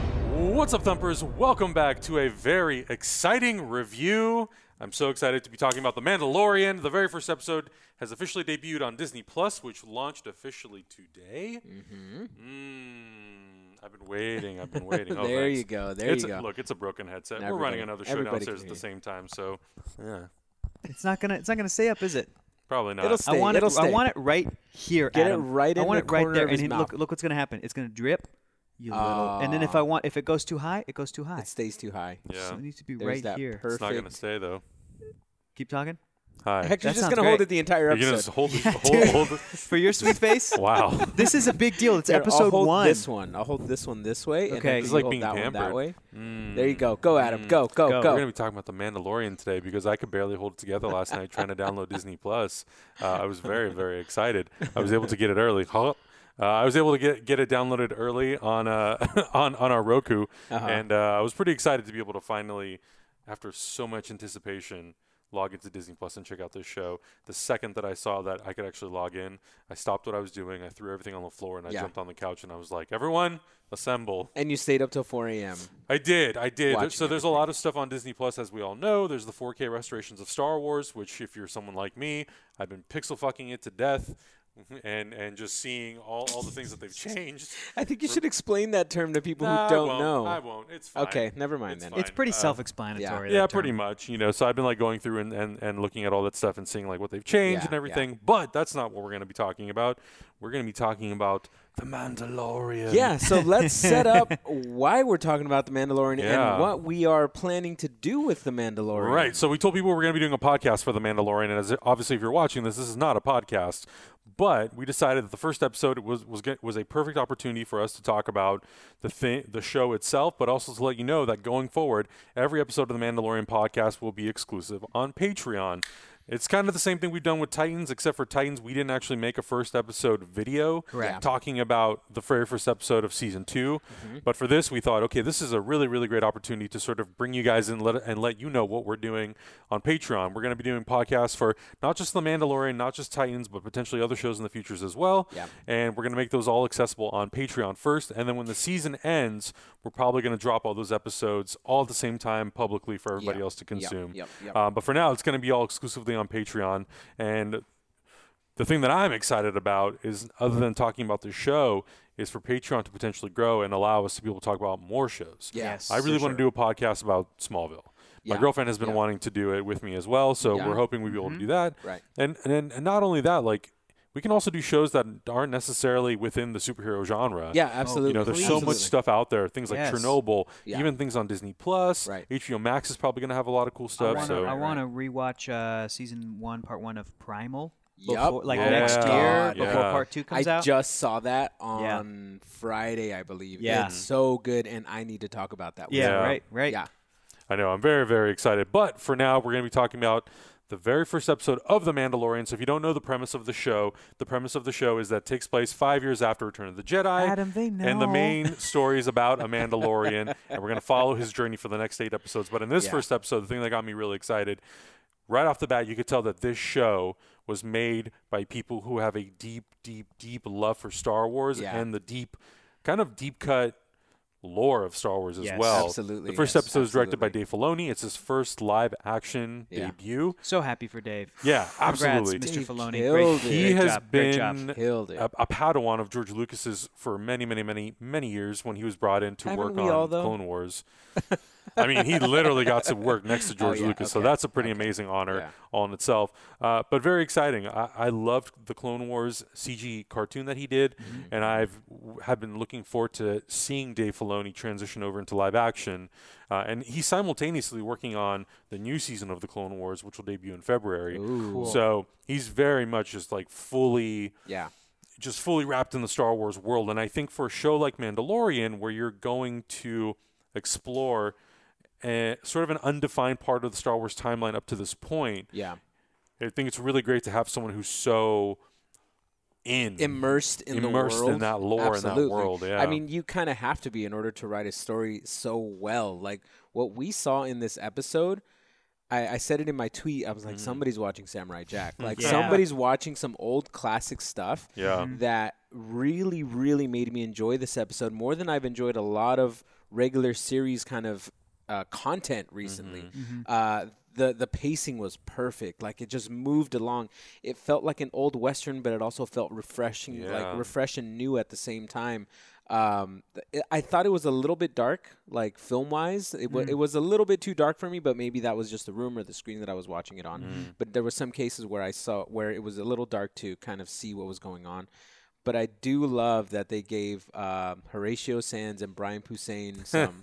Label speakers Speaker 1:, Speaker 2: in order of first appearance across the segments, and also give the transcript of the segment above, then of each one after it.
Speaker 1: What's up, Thumpers? Welcome back to a very exciting review. I'm so excited to be talking about The Mandalorian. The very first episode has officially debuted on Disney Plus, which launched officially today. Mm, I've been waiting. I've been waiting. Oh,
Speaker 2: There
Speaker 1: thanks.
Speaker 2: you go, there
Speaker 1: It's
Speaker 2: you
Speaker 1: a-
Speaker 2: go.
Speaker 1: Look, it's a broken headset. We're
Speaker 2: Everybody-
Speaker 1: running another show
Speaker 2: everybody
Speaker 1: downstairs
Speaker 2: can
Speaker 1: at the
Speaker 2: hear
Speaker 1: same time, so yeah,
Speaker 3: It's not gonna. It's not gonna stay up, is it?
Speaker 1: probably not.
Speaker 2: It'll
Speaker 3: I
Speaker 2: Stay.
Speaker 3: want it.
Speaker 2: It'll
Speaker 3: I
Speaker 2: stay.
Speaker 3: want it right here.
Speaker 2: Get it
Speaker 3: Adam.
Speaker 2: right
Speaker 3: I
Speaker 2: in
Speaker 3: want
Speaker 2: the
Speaker 3: it right
Speaker 2: corner
Speaker 3: there,
Speaker 2: of
Speaker 3: and
Speaker 2: his
Speaker 3: then
Speaker 2: mouth. Ah.
Speaker 3: look. Look what's gonna happen. It's gonna drip. You little. and then if I want, if it goes too high, it goes too high.
Speaker 2: It stays too high.
Speaker 1: yeah,
Speaker 3: So it needs to be
Speaker 2: There's
Speaker 3: right
Speaker 2: that
Speaker 3: here.
Speaker 1: it's not gonna
Speaker 2: perfect.
Speaker 1: stay though.
Speaker 3: Keep talking.
Speaker 1: Hi.
Speaker 2: Heck, you're
Speaker 3: That
Speaker 2: just
Speaker 3: sounds
Speaker 2: gonna hold
Speaker 3: great.
Speaker 2: it the entire
Speaker 1: You're gonna just
Speaker 2: episode.
Speaker 1: hold, hold, hold,
Speaker 3: For your sweet face,
Speaker 1: Wow.
Speaker 3: this is a big deal. It's
Speaker 2: Here, I'll
Speaker 3: episode
Speaker 2: hold
Speaker 3: one.
Speaker 2: This one. I'll hold this one this way.
Speaker 3: Okay.
Speaker 2: And
Speaker 3: It's
Speaker 2: it's
Speaker 1: like
Speaker 2: like hold
Speaker 1: being
Speaker 2: that one
Speaker 1: pampered.
Speaker 2: that way.
Speaker 1: Mm.
Speaker 2: There you go. Go, Adam.
Speaker 1: Mm.
Speaker 2: Go. Go.
Speaker 3: Go.
Speaker 2: Go.
Speaker 1: We're going to be talking about the Mandalorian today because I could barely hold it together last night trying to download Disney Plus. Uh, I was very, very excited. I was able to get it early. Huh. Uh, I was able to get get it downloaded early on uh, on on our Roku,
Speaker 2: Uh-huh.
Speaker 1: and uh, I was pretty excited to be able to finally, after so much anticipation, log into Disney Plus and check out this show. The second that I saw that I could actually log in, I stopped what I was doing. I threw everything on the floor and I
Speaker 2: Yeah.
Speaker 1: jumped on the couch and I was like, "Everyone, assemble!"
Speaker 2: And you stayed up till 4 a.m.
Speaker 1: I did. I did. There-
Speaker 2: Watching
Speaker 1: so there's a lot of stuff on Disney Plus, as we all know. There's the 4K restorations of Star Wars, which, if you're someone like me, I've been pixel fucking it to death, and and just seeing all, all the things that they've changed.
Speaker 2: I think you should explain that term to people
Speaker 1: Nah,
Speaker 2: who don't
Speaker 1: I won't.
Speaker 2: know.
Speaker 1: I won't. It's fine.
Speaker 2: Okay, never mind
Speaker 1: It's
Speaker 2: then.
Speaker 1: fine.
Speaker 3: It's pretty
Speaker 1: Uh,
Speaker 3: self-explanatory.
Speaker 1: Yeah,
Speaker 3: that term.
Speaker 1: pretty much. You know, so I've been like going through and, and, and looking at all that stuff and seeing like what they've changed
Speaker 2: Yeah,
Speaker 1: and
Speaker 2: yeah.
Speaker 1: everything. But that's not what we're going to be talking about. We're going to be talking about The Mandalorian.
Speaker 2: Yeah, so let's set up why we're talking about the Mandalorian
Speaker 1: Yeah.
Speaker 2: and what we are planning to do with the Mandalorian.
Speaker 1: Right. So we told people we're going to be doing a podcast for The Mandalorian, and as obviously, if you're watching this, this is not a podcast. But we decided that the first episode was was get- was a perfect opportunity for us to talk about the thing, the show itself, but also to let you know that going forward, every episode of the Mandalorian podcast will be exclusive on Patreon. It's kind of the same thing we've done with Titans, except for Titans, we didn't actually make a first episode video
Speaker 3: Correct.
Speaker 1: talking about the very first episode of season 2
Speaker 2: Mm-hmm.
Speaker 1: But for this, we thought, okay, this is a really, really great opportunity to sort of bring you guys in let, and let you know what we're doing on Patreon. We're going to be doing podcasts for not just The Mandalorian, not just Titans, but potentially other shows in the futures as well.
Speaker 2: Yeah.
Speaker 1: And we're going to make those all accessible on Patreon first. And then when the season ends, we're probably going to drop all those episodes all at the same time publicly for everybody
Speaker 2: Yeah.
Speaker 1: else to
Speaker 2: Yep.
Speaker 1: consume.
Speaker 2: Yep. Yep.
Speaker 1: Uh, but for now, it's going to be all exclusively on Patreon. And the thing that I'm excited about is, other than talking about the show, is for Patreon to potentially grow and allow us to be able to talk about more shows.
Speaker 2: Yes,
Speaker 1: I really want to do a podcast about Smallville. My
Speaker 2: Yeah.
Speaker 1: girlfriend has been
Speaker 2: Yeah.
Speaker 1: wanting to do it with me as well, so
Speaker 2: Yeah.
Speaker 1: we're hoping we'll be able
Speaker 3: Mm-hmm.
Speaker 1: to do that.
Speaker 2: Right.
Speaker 1: And, and and not only that, like we can also do shows that aren't necessarily within the superhero genre.
Speaker 2: Yeah, absolutely.
Speaker 1: You know, there's so much
Speaker 2: Absolutely.
Speaker 1: stuff out there. Things like
Speaker 3: Yes.
Speaker 1: Chernobyl,
Speaker 2: Yeah.
Speaker 1: even things on Disney Plus.
Speaker 2: Right.
Speaker 1: HBO Max is probably going to have a lot of cool
Speaker 3: I
Speaker 1: stuff.
Speaker 3: wanna,
Speaker 1: so
Speaker 3: I wanna rewatch uh, season one, part one of Primal.
Speaker 2: Yep.
Speaker 3: before- like
Speaker 1: Yeah.
Speaker 3: next year,
Speaker 2: God,
Speaker 3: before
Speaker 1: yeah.
Speaker 3: part two comes
Speaker 2: I
Speaker 3: out.
Speaker 2: just saw that
Speaker 3: Yeah.
Speaker 2: on Friday, I believe.
Speaker 3: Yeah.
Speaker 2: It's so good, and I need to talk about that. with
Speaker 3: yeah,
Speaker 2: you.
Speaker 1: Yeah.
Speaker 3: right, right.
Speaker 2: Yeah.
Speaker 1: I know. I'm very, very excited. But for now, we're going to be talking about the very first episode of The Mandalorian. So if you don't know the premise of the show, the premise of the show is that it takes place five years after Return of the Jedi.
Speaker 3: Adam, they
Speaker 1: And the
Speaker 3: know.
Speaker 1: main story is about a Mandalorian, and we're going to follow his journey for the next eight episodes. But in this
Speaker 2: Yeah.
Speaker 1: first episode, the thing that got me really excited, right off the bat, you could tell that this show was made by people who have a deep, deep, deep love for Star Wars
Speaker 2: Yeah.
Speaker 1: and the deep, kind of deep cut lore of Star Wars as
Speaker 3: Yes.
Speaker 1: well.
Speaker 2: Absolutely,
Speaker 1: The first
Speaker 2: yes,
Speaker 1: episode is directed by
Speaker 2: absolutely.
Speaker 1: Dave Filoni. It's his first live action
Speaker 2: Yeah.
Speaker 1: debut.
Speaker 3: So happy for Dave.
Speaker 1: Yeah,
Speaker 3: Congrats,
Speaker 1: absolutely.
Speaker 3: Mr.
Speaker 2: Dave
Speaker 3: Filoni.
Speaker 2: killed
Speaker 3: Great,
Speaker 2: it.
Speaker 1: he
Speaker 3: great
Speaker 1: has
Speaker 3: job, great job.
Speaker 1: been
Speaker 2: Killed it.
Speaker 1: a, a Padawan of George Lucas's for many, many, many, many years when he was brought in to
Speaker 2: Haven't
Speaker 1: work
Speaker 2: we
Speaker 1: on
Speaker 2: all, though?
Speaker 1: Clone Wars. I mean, he literally got to work next to George
Speaker 2: Oh, yeah,
Speaker 1: Lucas, so
Speaker 2: okay,
Speaker 1: that's a pretty amazing honor
Speaker 2: Yeah.
Speaker 1: all in itself. Uh, but very exciting. I, I loved the Clone Wars CG cartoon that he did,
Speaker 2: Mm-hmm.
Speaker 1: and I've have been looking forward to seeing Dave Filoni transition over into live action. Uh, and he's simultaneously working on the new season of the Clone Wars, which will debut in February. So he's very much just like fully
Speaker 2: Yeah.
Speaker 1: just fully wrapped in the Star Wars world. And I think for a show like Mandalorian, where you're going to explore a, sort of an undefined part of the Star Wars timeline up to this point,
Speaker 2: Yeah.
Speaker 1: I think it's really great to have someone who's so in.
Speaker 2: Immersed in
Speaker 1: Immersed
Speaker 2: the
Speaker 1: in
Speaker 2: world.
Speaker 1: that lore and that
Speaker 2: Absolutely.
Speaker 1: world, yeah.
Speaker 2: I mean, you kind of have to be in order to write a story so well. Like what we saw in this episode, I, I said it in my tweet. I was like, somebody's watching Samurai Jack. Like
Speaker 3: Yeah.
Speaker 2: somebody's watching some old classic stuff
Speaker 1: Yeah.
Speaker 2: that really, really made me enjoy this episode more than I've enjoyed a lot of regular series kind of uh, content recently. Uh, the the pacing was perfect. Like it just moved along. It felt like an old western, but it also felt refreshing,
Speaker 1: Yeah.
Speaker 2: like refresh and new at the same time. Um, th- I thought it was a little bit dark, like film wise. It, wa it was a little bit too dark for me, but maybe that was just the room or the screen that I was watching it on. But there were some cases where I saw where it was a little dark to kind of see what was going on. But I do love that they gave um, Horatio Sands and Brian Poussin some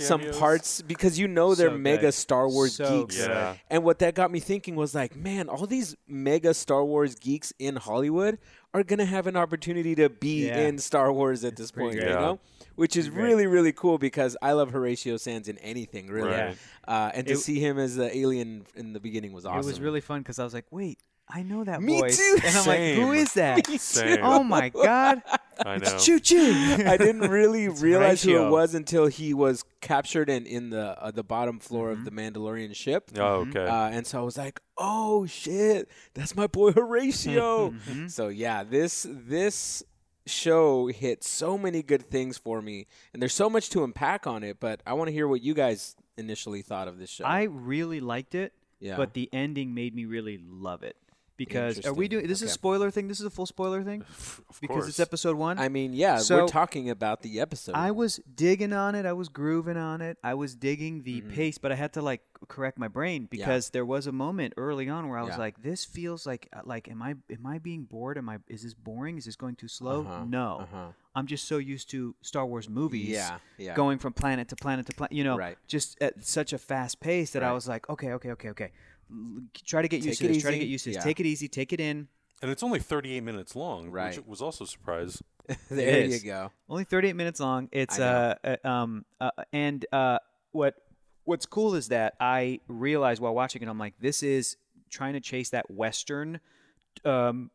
Speaker 2: some
Speaker 1: Cameos.
Speaker 2: parts because you know they're
Speaker 3: So
Speaker 2: mega
Speaker 3: good.
Speaker 2: Star Wars
Speaker 3: So
Speaker 2: geeks.
Speaker 3: good.
Speaker 1: Yeah.
Speaker 2: And what that got me thinking was like, man, all these mega Star Wars geeks in Hollywood are gonna have an opportunity to be
Speaker 3: Yeah.
Speaker 2: in Star Wars at this point,
Speaker 1: great.
Speaker 2: you
Speaker 1: Yeah.
Speaker 2: know? Which is
Speaker 3: great.
Speaker 2: really, really cool because I love Horatio Sands in anything, really.
Speaker 1: Right.
Speaker 2: Uh, and to
Speaker 3: It-
Speaker 2: see him as the alien in the beginning was awesome.
Speaker 3: It was really fun because I was like, wait, I know that
Speaker 2: Me
Speaker 3: voice.
Speaker 2: too.
Speaker 3: And I'm like, who
Speaker 1: Same.
Speaker 3: is that?
Speaker 1: Same.
Speaker 3: Oh my god.
Speaker 1: I know.
Speaker 3: Choo choo.
Speaker 2: I didn't really realize who it
Speaker 3: Horatio.
Speaker 2: was until he was captured and in the uh, the bottom floor of the Mandalorian ship.
Speaker 1: Oh, okay.
Speaker 2: Uh, and so I was like, "Oh shit, that's my boy Horatio."
Speaker 1: Mm-hmm.
Speaker 2: so yeah, this this show hit so many good things for me, and there's so much to unpack on it. But I want to hear what you guys initially thought of this show.
Speaker 3: I really liked it,
Speaker 2: Yeah.
Speaker 3: but the ending made me really love it. Because are we
Speaker 2: Interesting.
Speaker 3: doing this is a
Speaker 2: Okay.
Speaker 3: spoiler thing? This is a full spoiler thing?
Speaker 1: of
Speaker 3: because
Speaker 1: course.
Speaker 3: it's episode 1.
Speaker 2: I mean, yeah,
Speaker 3: So-
Speaker 2: we're talking about the episode.
Speaker 3: I was digging on it. I was grooving on it. I was digging the
Speaker 2: Mm-hmm.
Speaker 3: pace, but I had to like correct my brain because there was a moment early on where I was
Speaker 2: Yeah.
Speaker 3: like, "This feels like uh, like am I am I being bored? Am I is this boring? Is this going too slow?
Speaker 2: Uh-huh,
Speaker 3: No,
Speaker 2: uh-huh.
Speaker 3: I'm just so used to Star Wars movies,
Speaker 2: Yeah, yeah.
Speaker 3: going from planet to planet to planet, you know,
Speaker 2: Right.
Speaker 3: just at such a fast pace that I was like, okay, okay, okay, okay, L- try to get
Speaker 2: Take
Speaker 3: used to
Speaker 2: it
Speaker 3: this. Try to
Speaker 2: easy.
Speaker 3: get used to this.
Speaker 2: Yeah.
Speaker 3: Take it easy. Take it in.
Speaker 1: and it's only 38 minutes long,
Speaker 2: Right.
Speaker 1: which was also a surprise.
Speaker 2: there
Speaker 3: is.
Speaker 2: you go.
Speaker 3: Only 38 minutes long. It's
Speaker 2: I
Speaker 3: uh, uh um uh, and uh what what's cool is that I realized while watching it I'm like this is trying to chase that western um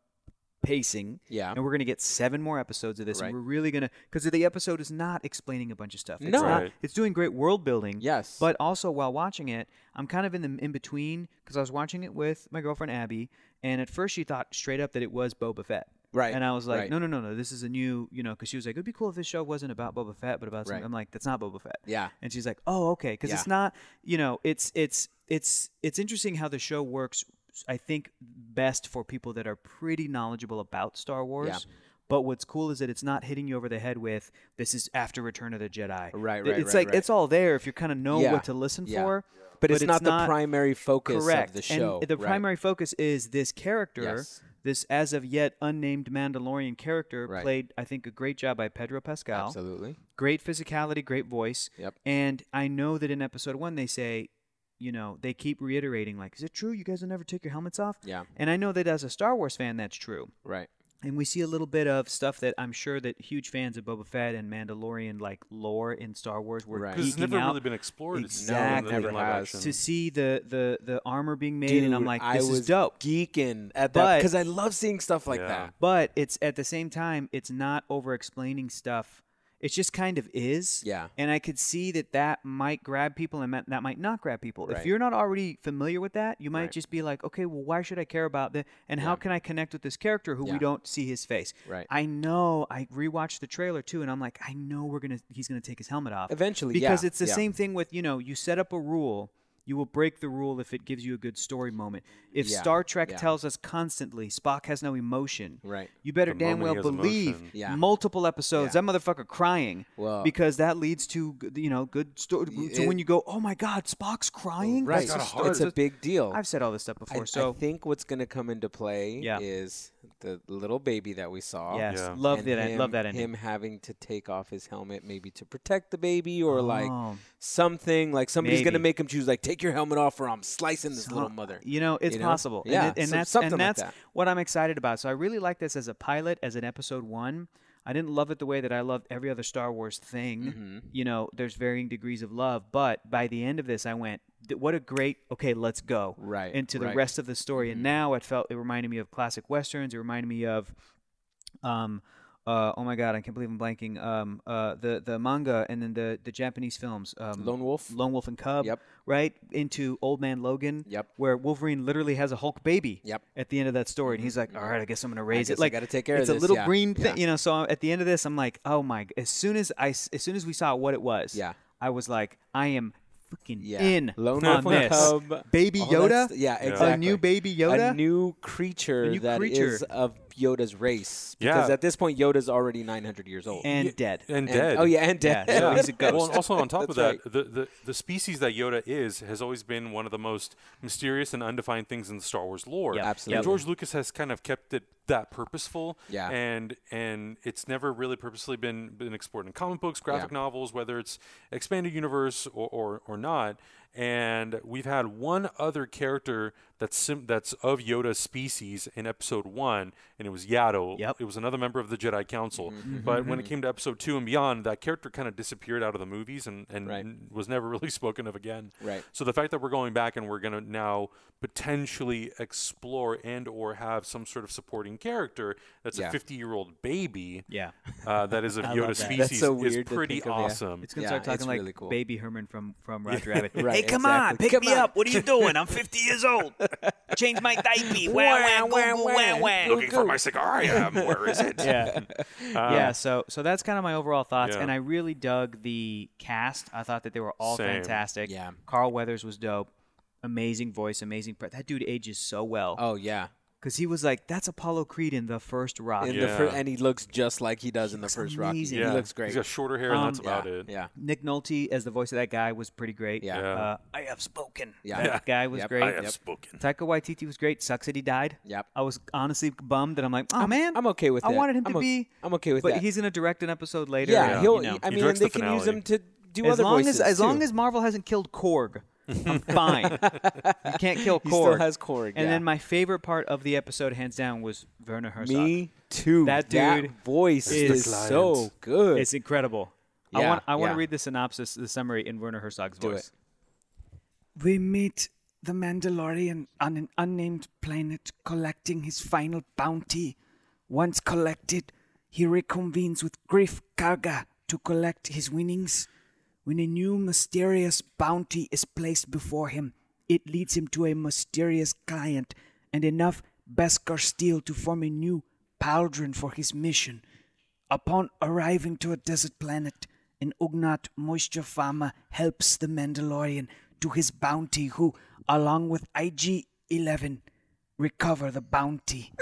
Speaker 3: pacing.
Speaker 2: Yeah.
Speaker 3: And we're going to get seven more episodes of this
Speaker 2: Right.
Speaker 3: and we're really going to cuz the episode is not explaining a bunch of stuff. It's
Speaker 2: No.
Speaker 3: not
Speaker 1: Right.
Speaker 3: it's doing great world building.
Speaker 2: Yes.
Speaker 3: But also while watching it, I'm kind of in the in between cuz I was watching it with my girlfriend Abby and at first she thought straight up that it was Boba Fett.
Speaker 2: Right,
Speaker 3: And I was like,
Speaker 2: right.
Speaker 3: no, no, no, no. This is a new, you know, because she was like, it'd be cool if this show wasn't about Boba Fett, but about. some-"
Speaker 2: Right.
Speaker 3: I'm like, that's not Boba Fett.
Speaker 2: Yeah.
Speaker 3: And she's like, oh, okay, because it's
Speaker 2: Yeah.
Speaker 3: not, you know, it's it's it's it's interesting how the show works. I think best for people that are pretty knowledgeable about Star Wars. But what's cool is that it's not hitting you over the head with this is after Return of the Jedi.
Speaker 2: Right,
Speaker 3: Th-
Speaker 2: right,
Speaker 3: It's
Speaker 2: right,
Speaker 3: like
Speaker 2: right.
Speaker 3: it's all there if you kind of know
Speaker 2: Yeah.
Speaker 3: what to listen
Speaker 2: Yeah.
Speaker 3: for.
Speaker 2: But, it's, not, the primary focus
Speaker 3: Correct.
Speaker 2: of the show.
Speaker 3: And the
Speaker 2: right.
Speaker 3: primary focus is this character,
Speaker 2: Yes.
Speaker 3: this as of yet unnamed Mandalorian character,
Speaker 2: Right.
Speaker 3: played, I think, a great job by Pedro Pascal.
Speaker 2: absolutely.
Speaker 3: Great physicality, great voice.
Speaker 2: Yep.
Speaker 3: And I know that in episode one, they say, you know, they keep reiterating, like, is it true you guys will never take your helmets off?
Speaker 2: Yeah.
Speaker 3: And I know that as a Star Wars fan, that's true.
Speaker 2: Right.
Speaker 3: And we see a little bit of stuff that I'm sure that huge fans of Boba Fett and Mandalorian like lore in Star Wars were
Speaker 2: Right.
Speaker 1: Because it's
Speaker 3: geeking
Speaker 1: never
Speaker 3: out
Speaker 1: really been explored. It's never
Speaker 3: Exactly.
Speaker 1: been in
Speaker 2: Never
Speaker 1: live
Speaker 2: has.
Speaker 1: action.
Speaker 3: to see the the the armor being made,
Speaker 2: Dude,
Speaker 3: and I'm like,
Speaker 2: I
Speaker 3: this
Speaker 2: was
Speaker 3: is dope.
Speaker 2: geeking at that
Speaker 3: But-
Speaker 2: because I love seeing stuff like
Speaker 1: Yeah.
Speaker 2: that.
Speaker 3: but it's at the same time it's not over explaining stuff it just kind of is
Speaker 2: Yeah.
Speaker 3: and i could see that that might grab people and that might not grab people if
Speaker 2: Right.
Speaker 3: you're not already familiar with that you might just be like okay well why should i care about that and how can i connect with this character who we
Speaker 2: Yeah.
Speaker 3: don't see his face
Speaker 2: Right.
Speaker 3: i know i rewatched the trailer too and i'm like i know we're gonna he's gonna take his helmet off
Speaker 2: Eventually,
Speaker 3: because
Speaker 2: yeah,
Speaker 3: it's the
Speaker 2: yeah.
Speaker 3: same thing with you know you set up a rule you will break the rule if it gives you a good story moment. If
Speaker 2: Yeah,
Speaker 3: Star Trek
Speaker 2: yeah.
Speaker 3: tells us constantly Spock has no emotion,
Speaker 2: Right.
Speaker 3: you better
Speaker 1: The
Speaker 3: damn well
Speaker 1: moment he has
Speaker 3: believe
Speaker 1: emotion.
Speaker 2: Yeah.
Speaker 3: multiple episodes that motherfucker crying
Speaker 2: Well-
Speaker 3: because that leads to g- you know good story. So
Speaker 2: it-
Speaker 3: when you go, oh my god, Spock's crying.
Speaker 2: Right.
Speaker 3: That's
Speaker 1: got a
Speaker 3: just-
Speaker 1: heart.
Speaker 2: It's a big deal.
Speaker 3: I've said all this stuff
Speaker 2: I,
Speaker 3: before.
Speaker 2: I
Speaker 3: so
Speaker 2: think what's going to come into play
Speaker 3: Yeah.
Speaker 2: is the little baby that we saw.
Speaker 3: yes,
Speaker 1: Yeah.
Speaker 3: love
Speaker 2: and
Speaker 3: that.
Speaker 2: him-
Speaker 3: love that ending.
Speaker 2: Him having to take off his helmet, maybe to protect the baby, or
Speaker 3: Oh.
Speaker 2: like something. Like somebody's going to
Speaker 3: Maybe.
Speaker 2: make him choose. Like take your helmet off, or I'm slicing this little
Speaker 3: Huh,
Speaker 2: mother.
Speaker 3: You know, it's
Speaker 2: You know?
Speaker 3: possible. And
Speaker 2: Yeah,
Speaker 3: it- And,
Speaker 2: so-
Speaker 3: that's
Speaker 2: something
Speaker 3: and
Speaker 2: like
Speaker 3: that's
Speaker 2: that.
Speaker 3: what I'm excited about. So I really like this as a pilot, as an episode one. I didn't love it the way that I loved every other Star Wars thing.
Speaker 2: Mm-hmm.
Speaker 3: You know, there's varying degrees of love, but by the end of this, I went, "Th- "What a great okay, let's go
Speaker 2: Right,
Speaker 3: into the
Speaker 2: right. Mm-hmm.
Speaker 3: rest of the story." And now it felt it reminded me of classic westerns. It reminded me of um, Uh, oh my god, I can't believe I'm blanking. Um, uh, the the manga and then the the Japanese films. Um,
Speaker 2: Lone Wolf.
Speaker 3: Lone Wolf and Cub.
Speaker 2: Yep.
Speaker 3: Right into Old Man Logan.
Speaker 2: Yep.
Speaker 3: Where Wolverine literally has a Hulk baby.
Speaker 2: Yep.
Speaker 3: At the end of that story, and he's like, "All right, I guess I'm gonna raise
Speaker 2: guess
Speaker 3: it."
Speaker 2: I
Speaker 3: Like,
Speaker 2: gotta take care of
Speaker 3: It's
Speaker 2: this,
Speaker 3: a little
Speaker 2: yeah,
Speaker 3: green
Speaker 2: yeah.
Speaker 3: thing, you know. So at the end of this, I'm like, "Oh my!" As soon as I, s- as soon as we saw what it was,
Speaker 2: Yeah.
Speaker 3: I was like, "I am fucking
Speaker 2: Yeah.
Speaker 3: in
Speaker 2: Lone
Speaker 3: on
Speaker 1: Wolf
Speaker 3: this."
Speaker 1: and
Speaker 2: Cub.
Speaker 3: Baby
Speaker 2: All that
Speaker 3: Yoda.
Speaker 2: st- yeah,
Speaker 3: A
Speaker 2: exactly.
Speaker 3: new baby Yoda.
Speaker 2: A new creature that
Speaker 3: A
Speaker 2: is
Speaker 3: new creature.
Speaker 2: of Yoda's race. Because
Speaker 1: Yeah.
Speaker 2: at this point, Yoda's already 900 years old.
Speaker 3: and dead.
Speaker 1: and
Speaker 2: And-
Speaker 1: dead.
Speaker 2: Oh, yeah, and dead.
Speaker 3: Yeah, so he's a ghost.
Speaker 1: Well, and also on top of that,
Speaker 2: That's
Speaker 1: the, the the species that Yoda is has always been one of the most mysterious and undefined things in the Star Wars lore.
Speaker 3: Yeah,
Speaker 2: absolutely.
Speaker 1: And George Lucas has kind of kept it that purposeful.
Speaker 2: Yeah.
Speaker 1: And and it's never really purposely been been explored in comic books, graphic
Speaker 2: Yeah.
Speaker 1: novels, whether it's expanded universe or or, or not. And we've had one other character that's sim- that's of Yoda's species in Episode One, and it was Yaddle.
Speaker 3: Yep.
Speaker 1: It was another member of the Jedi Council.
Speaker 2: Mm-hmm.
Speaker 1: But when it came to Episode Two and beyond, that character kind of disappeared out of the movies and and
Speaker 2: Right.
Speaker 1: n- was never really spoken of again.
Speaker 2: Right.
Speaker 1: So the fact that we're going back and we're going to now potentially explore and or have some sort of supporting character that's
Speaker 2: Yeah.
Speaker 1: a 50-year-old baby
Speaker 3: yeah.
Speaker 1: uh, that is of
Speaker 3: love
Speaker 1: Yoda
Speaker 3: that.
Speaker 1: species
Speaker 2: That's so
Speaker 1: is
Speaker 2: weird to
Speaker 1: pretty
Speaker 2: think of, yeah.
Speaker 1: awesome.
Speaker 3: It's gonna
Speaker 2: Yeah,
Speaker 3: start talking
Speaker 2: it's
Speaker 3: like
Speaker 2: really cool.
Speaker 3: Baby Herman from from Roger Rabbit.
Speaker 2: Right,
Speaker 3: hey, come on,
Speaker 2: exactly.
Speaker 3: pick
Speaker 2: Come
Speaker 3: me
Speaker 2: on."
Speaker 3: up. What are you doing? I'm 50 years old. Change my diaper. Wah, wah, wah, wah, wah, wah.
Speaker 1: Looking for my cigar. I am. Where is it?
Speaker 3: Yeah, yeah. So so that's kind of my overall thoughts,
Speaker 1: Yeah.
Speaker 3: and I really dug the cast. I thought that they were all
Speaker 1: Same.
Speaker 3: fantastic.
Speaker 2: Yeah.
Speaker 3: Carl Weathers was dope. Amazing voice, amazing. Pre- that dude ages so well
Speaker 2: Oh, yeah.
Speaker 3: because he was like, "That's Apollo Creed in the first Rock."
Speaker 2: In the fir-
Speaker 1: Yeah.
Speaker 2: and he looks just like he does in the
Speaker 3: looks
Speaker 2: first Rocky.
Speaker 3: amazing.
Speaker 1: Yeah.
Speaker 2: He looks great.
Speaker 1: He's got shorter hair,
Speaker 3: Um,
Speaker 1: and that's about
Speaker 2: yeah.
Speaker 1: it.
Speaker 2: Yeah.
Speaker 3: Nick Nolte as the voice of that guy was pretty great.
Speaker 2: Yeah.
Speaker 1: Yeah.
Speaker 3: Uh, I have spoken.
Speaker 2: Yeah.
Speaker 3: That guy was
Speaker 2: Yep.
Speaker 3: great.
Speaker 1: I have spoken.
Speaker 3: Taika Waititi was great. Sucks that he died.
Speaker 2: Yep.
Speaker 3: I was honestly bummed that I'm like, oh man,
Speaker 2: I'm okay with
Speaker 3: I
Speaker 2: that.
Speaker 3: wanted him
Speaker 2: I'm
Speaker 3: to
Speaker 2: o-
Speaker 3: be.
Speaker 2: I'm okay with
Speaker 3: but
Speaker 2: that.
Speaker 3: he's gonna direct an episode later.
Speaker 2: yeah,
Speaker 3: and,
Speaker 2: he'll.
Speaker 3: you know.
Speaker 2: I
Speaker 1: He
Speaker 2: mean, and
Speaker 1: directs
Speaker 2: they
Speaker 1: the
Speaker 2: can use
Speaker 1: finale.
Speaker 2: him to do
Speaker 3: as
Speaker 2: other
Speaker 3: long
Speaker 2: voices
Speaker 3: as as
Speaker 2: too.
Speaker 3: long as Marvel hasn't killed Korg, I'm fine. you can't kill
Speaker 2: he still
Speaker 3: Korg.
Speaker 2: has Korg.
Speaker 3: And
Speaker 2: yeah.
Speaker 3: then my favorite part of the episode, hands down, was Werner Herzog.
Speaker 2: me too.
Speaker 3: That
Speaker 2: That
Speaker 3: dude
Speaker 2: voice
Speaker 3: is
Speaker 2: is so
Speaker 1: client.
Speaker 2: good.
Speaker 3: It's incredible. I
Speaker 2: Yeah,
Speaker 3: want I want
Speaker 2: yeah.
Speaker 3: to read the synopsis, the summary in Werner Herzog's
Speaker 2: Do
Speaker 3: voice.
Speaker 2: it.
Speaker 4: We meet the Mandalorian on an unnamed planet collecting his final bounty. Once collected, he reconvenes with Griff Karga to collect his winnings. When a new mysterious bounty is placed before him, it leads him to a mysterious client and enough Beskar steel to form a new pauldron for his mission. Upon arriving to a desert planet, an Ugnat moisture farmer helps the Mandalorian to his bounty, who, along with IG 11, recover the bounty.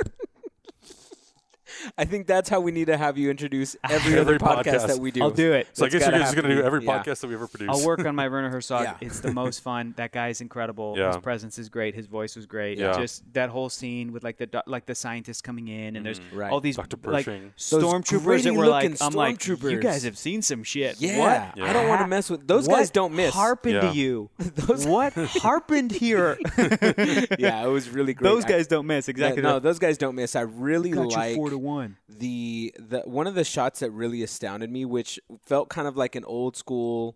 Speaker 2: I think that's how we need to have you introduce every,
Speaker 1: Every
Speaker 2: other podcast,
Speaker 1: podcast.
Speaker 2: that we do.
Speaker 3: I'll do it.
Speaker 1: So I guess
Speaker 2: That's
Speaker 1: you
Speaker 2: gotta
Speaker 1: guys are
Speaker 2: have
Speaker 1: going to do
Speaker 2: be-
Speaker 1: every
Speaker 2: yeah.
Speaker 1: podcast that we ever produce.
Speaker 3: I'll work on my Werner Herzog.
Speaker 2: Yeah.
Speaker 3: It's the most fun. That guy's incredible. His
Speaker 1: Yeah.
Speaker 3: presence is great. His voice was great.
Speaker 1: Yeah.
Speaker 3: Just that whole scene with like the do- like the scientists coming in and there's
Speaker 2: Right.
Speaker 3: all these
Speaker 1: Dr.
Speaker 3: like
Speaker 1: Mm-hmm. Pershing.
Speaker 2: Those
Speaker 3: stormtroopers that were
Speaker 2: gritty-looking
Speaker 3: like I'm like you
Speaker 2: stormtroopers.
Speaker 3: guys have seen some shit.
Speaker 2: Yeah,
Speaker 3: What?
Speaker 2: I don't want to mess with those
Speaker 3: What
Speaker 2: guys. Don't miss.
Speaker 3: Harpened
Speaker 1: Yeah.
Speaker 3: to you. what harpened here?
Speaker 2: yeah, it was really great.
Speaker 3: Those
Speaker 2: I-
Speaker 3: guys don't miss.
Speaker 2: Yeah,
Speaker 3: Exactly.
Speaker 2: no, those guys don't miss. I really
Speaker 3: got
Speaker 2: like
Speaker 3: you four to one.
Speaker 2: the the one of the shots that really astounded me, which felt kind of like an old school,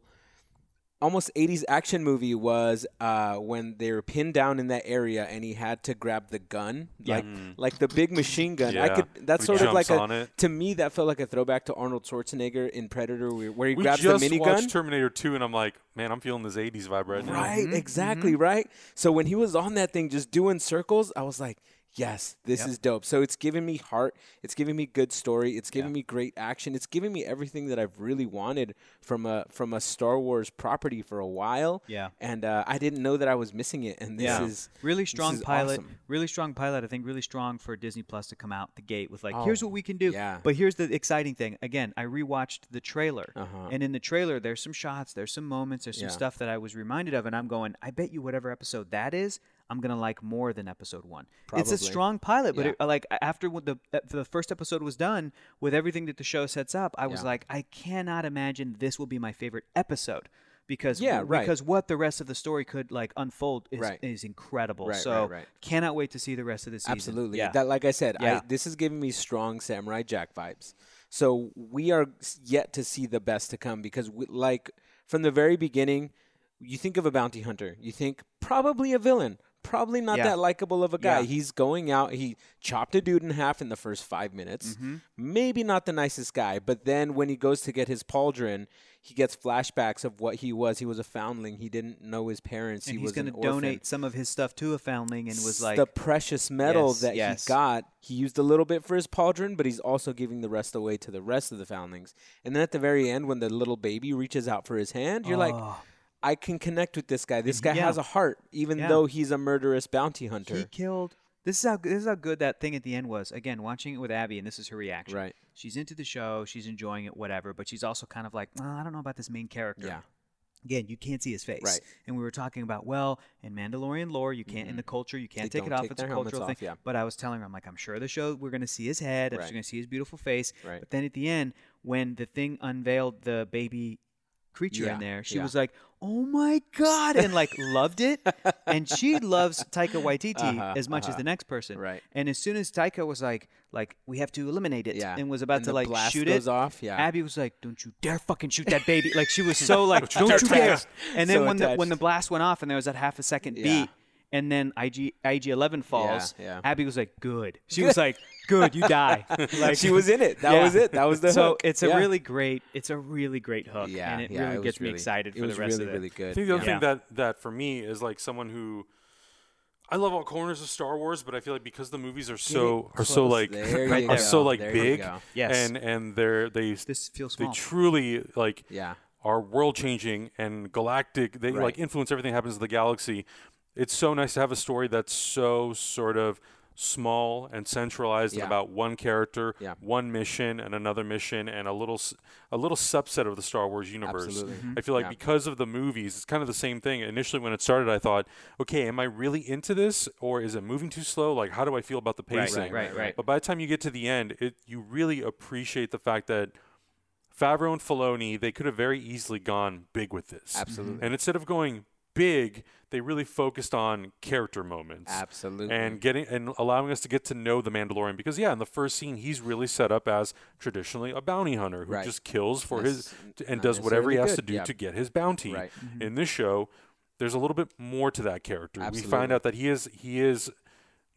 Speaker 2: almost '80s action movie, was uh, when they were pinned down in that area and he had to grab the gun,
Speaker 3: Yeah.
Speaker 2: like like the big machine gun.
Speaker 1: Hmm.
Speaker 2: I
Speaker 1: Yeah.
Speaker 2: could that's
Speaker 1: He
Speaker 2: sort of like
Speaker 1: jumps
Speaker 2: a
Speaker 1: on it.
Speaker 2: to me that felt like a throwback to Arnold Schwarzenegger in Predator, where, where he
Speaker 1: We
Speaker 2: grabs
Speaker 1: just
Speaker 2: the minigun.
Speaker 1: watched Terminator 2, and I'm like, man, I'm feeling this 80s vibe right now.
Speaker 3: Mm-hmm,
Speaker 2: Right, exactly, right? So when he was on that thing just doing circles, I was like, yes, this is dope. So it's giving me heart. It's giving me good story. It's giving me great action. It's giving me everything that I've really wanted from a from a Star Wars property for a while.
Speaker 3: Yeah.
Speaker 2: And uh, I didn't know that I was missing it. And this
Speaker 3: Yeah.
Speaker 2: is
Speaker 3: really
Speaker 2: this
Speaker 3: strong
Speaker 2: is
Speaker 3: pilot.
Speaker 2: awesome.
Speaker 3: Really strong pilot. I think really strong for Disney Plus to come out the gate with like, here's what we can do.
Speaker 2: Oh, yeah.
Speaker 3: But here's the exciting thing. Again, I rewatched the trailer, and in the trailer, there's some shots, there's some moments, there's some
Speaker 2: Uh-huh. Yeah.
Speaker 3: stuff that I was reminded of, and I'm going, I bet you whatever episode that is. I'm gonna like more than episode one. It's
Speaker 2: Probably.
Speaker 3: a strong pilot, but
Speaker 2: Yeah.
Speaker 3: it, like after when the uh, the first episode was done with everything that the show sets up, I was
Speaker 2: Yeah.
Speaker 3: like, I cannot imagine this will be my favorite episode because
Speaker 2: Yeah, right.
Speaker 3: because what the rest of the story could like unfold is,
Speaker 2: Right.
Speaker 3: is incredible.
Speaker 2: Right,
Speaker 3: so
Speaker 2: right, right.
Speaker 3: cannot wait to see the rest of the season.
Speaker 2: Absolutely.
Speaker 3: Yeah.
Speaker 2: That, like I said,
Speaker 3: Yeah.
Speaker 2: I, this is giving me strong Samurai Jack vibes. So we are s- yet to see the best to come because, we, like, from the very beginning, you think of a bounty hunter, you think probably a villain, probably not
Speaker 3: Yeah.
Speaker 2: that likable of a guy.
Speaker 3: Yeah.
Speaker 2: He's going out. He chopped a dude in half in the first five minutes.
Speaker 3: Mm-hmm.
Speaker 2: Maybe not the nicest guy, but then when he goes to get his pauldron, he gets flashbacks of what he was. He was a foundling. He didn't know his parents.
Speaker 3: and
Speaker 2: he
Speaker 3: he's
Speaker 2: was
Speaker 3: going to
Speaker 2: an orphan.
Speaker 3: donate some of his stuff to a foundling and was
Speaker 2: S-
Speaker 3: like,
Speaker 2: the precious metal
Speaker 3: Yes,
Speaker 2: that
Speaker 3: yes.
Speaker 2: he got. He used a little bit for his pauldron, but he's also giving the rest away to the rest of the foundlings. And then at the very end, when the little baby reaches out for his hand, you're like, I can connect with this guy. This guy
Speaker 3: Yeah.
Speaker 2: has a heart, even
Speaker 3: Yeah.
Speaker 2: though he's a murderous bounty hunter.
Speaker 3: he killed. This is how this is how good that thing at the end was. Again, watching it with Abby, and this is her reaction.
Speaker 2: Right.
Speaker 3: She's into the show. She's enjoying it, whatever. But she's also kind of like, "Uh, I don't know about this main character.
Speaker 2: Yeah.
Speaker 3: Again, you can't see his face.
Speaker 2: Right.
Speaker 3: And we were talking about, well, in Mandalorian lore, you can't in the culture, you can't
Speaker 2: Mm-hmm. They
Speaker 3: take it
Speaker 2: don't
Speaker 3: off.
Speaker 2: take
Speaker 3: it's a
Speaker 2: their helmets
Speaker 3: cultural
Speaker 2: off,
Speaker 3: thing.
Speaker 2: yeah.
Speaker 3: But I was telling her, I'm like, I'm sure the show we're gonna see his head. I'm
Speaker 2: Right.
Speaker 3: just gonna see his beautiful face.
Speaker 2: Right.
Speaker 3: But then at the end, when the thing unveiled the baby creature
Speaker 2: Yeah,
Speaker 3: in there, she
Speaker 2: yeah.
Speaker 3: was like, "Oh my god!" and like loved it. And she loves Taika Waititi
Speaker 2: Uh-huh,
Speaker 3: as much as
Speaker 2: uh-huh.
Speaker 3: the next person.
Speaker 2: Right.
Speaker 3: And as soon as Taika was like, "Like we have to eliminate it,"
Speaker 2: Yeah.
Speaker 3: and was about
Speaker 2: And
Speaker 3: to
Speaker 2: the
Speaker 3: like
Speaker 2: blast
Speaker 3: shoot
Speaker 2: goes
Speaker 3: it
Speaker 2: off, yeah.
Speaker 3: Abby was like, "Don't you dare fucking shoot that baby!" Like she was so like, "Don't you dare!"
Speaker 2: attached.
Speaker 3: And then
Speaker 2: So
Speaker 3: when the when
Speaker 2: attached.
Speaker 3: the blast went off and there was that half a second
Speaker 2: Yeah.
Speaker 3: beat. And then IG IG Eleven falls.
Speaker 2: yeah.
Speaker 3: Abby was like, "Good." She was like, "Good, you die." Like
Speaker 2: she was in it. That
Speaker 3: Yeah.
Speaker 2: was it. That was the
Speaker 3: so
Speaker 2: hook.
Speaker 3: it's a
Speaker 2: Yeah.
Speaker 3: really great it's a really great hook
Speaker 2: yeah,
Speaker 3: and it
Speaker 2: yeah,
Speaker 3: really
Speaker 2: was
Speaker 3: gets me
Speaker 2: really-
Speaker 3: excited
Speaker 2: it
Speaker 3: for the
Speaker 2: was
Speaker 3: rest
Speaker 2: really,
Speaker 3: of it
Speaker 2: really good.
Speaker 1: I think the other
Speaker 3: Yeah.
Speaker 1: thing that that for me is like someone who I love all corners of Star Wars, but I feel like because the movies are so are so
Speaker 2: close.
Speaker 1: like
Speaker 2: There
Speaker 1: are
Speaker 2: you
Speaker 1: so
Speaker 2: go.
Speaker 1: like
Speaker 2: There you
Speaker 1: big,
Speaker 2: go.
Speaker 3: Yes.
Speaker 1: and and they're they
Speaker 3: this feels
Speaker 1: they
Speaker 3: small
Speaker 1: truly like
Speaker 2: Yeah.
Speaker 1: are world changing and galactic. They like
Speaker 2: Right.
Speaker 1: influence everything that happens in the galaxy. It's so nice to have a story that's so sort of small and centralized and
Speaker 2: Yeah.
Speaker 1: about one character,
Speaker 2: Yeah.
Speaker 1: one mission, and another mission, and a little s- a little subset of the Star Wars universe.
Speaker 2: Absolutely. Mm-hmm.
Speaker 1: I feel like
Speaker 2: Yeah.
Speaker 1: because of the movies, it's kind of the same thing. Initially, when it started, I thought, okay, am I really into this, or is it moving too slow? Like, how do I feel about the
Speaker 3: right,
Speaker 1: pacing?
Speaker 3: right, right.
Speaker 1: But by the time you get to the end, it you really appreciate the fact that Favreau and Filoni they could have very easily gone big with this.
Speaker 2: Absolutely.
Speaker 1: And instead of going big, they really focused on character moments.
Speaker 2: Absolutely.
Speaker 1: And getting and allowing us to get to know the Mandalorian because yeah, in the first scene he's really set up as traditionally a bounty hunter who
Speaker 2: Right.
Speaker 1: just kills for
Speaker 2: That's
Speaker 1: his and
Speaker 2: not
Speaker 1: does whatever he
Speaker 2: necessarily
Speaker 1: has to
Speaker 2: good.
Speaker 1: do
Speaker 2: Yeah.
Speaker 1: to get his bounty.
Speaker 2: Right.
Speaker 3: Mm-hmm.
Speaker 1: In this show, there's a little bit more to that character. We find
Speaker 2: Absolutely.
Speaker 1: out that he is he is